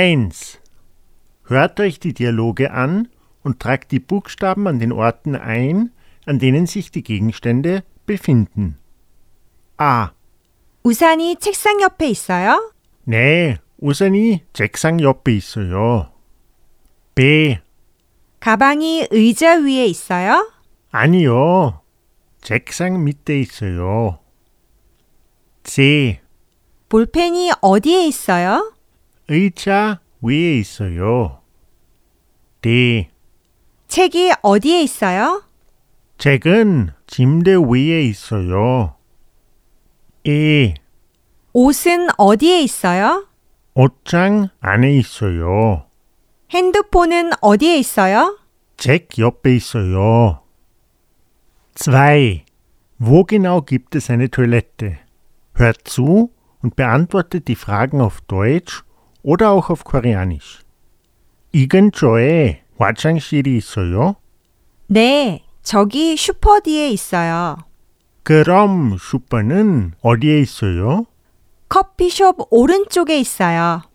1. Hört euch die Dialoge an und tragt die Buchstaben an den Orten ein, an denen sich die Gegenstände befinden. A. 우산이 책상 옆에 있어요? 네, 우산이 책상 옆에 있어요. B. 가방이 의자 위에 있어요? 아니요. 책상 밑에 있어요. C. 볼펜이 어디에 있어요? 의자 위에 있어요. D. 책이 어디에 있어요? 책은 침대 위에 있어요. E. 옷은 어디에 있어요? 옷장 안에 있어요. 핸드폰은 어디에 있어요? Check 옆에 있어요. 2. Wo genau gibt es eine Toilette? Hört zu und beantwortet die Fragen auf Deutsch oder auch auf Koreanisch. 이근처에 화장실이 있어요? 네, 저기 슈퍼 뒤에 있어요. 그럼 슈퍼는 어디에 있어요? 커피숍 오른쪽에 있어요.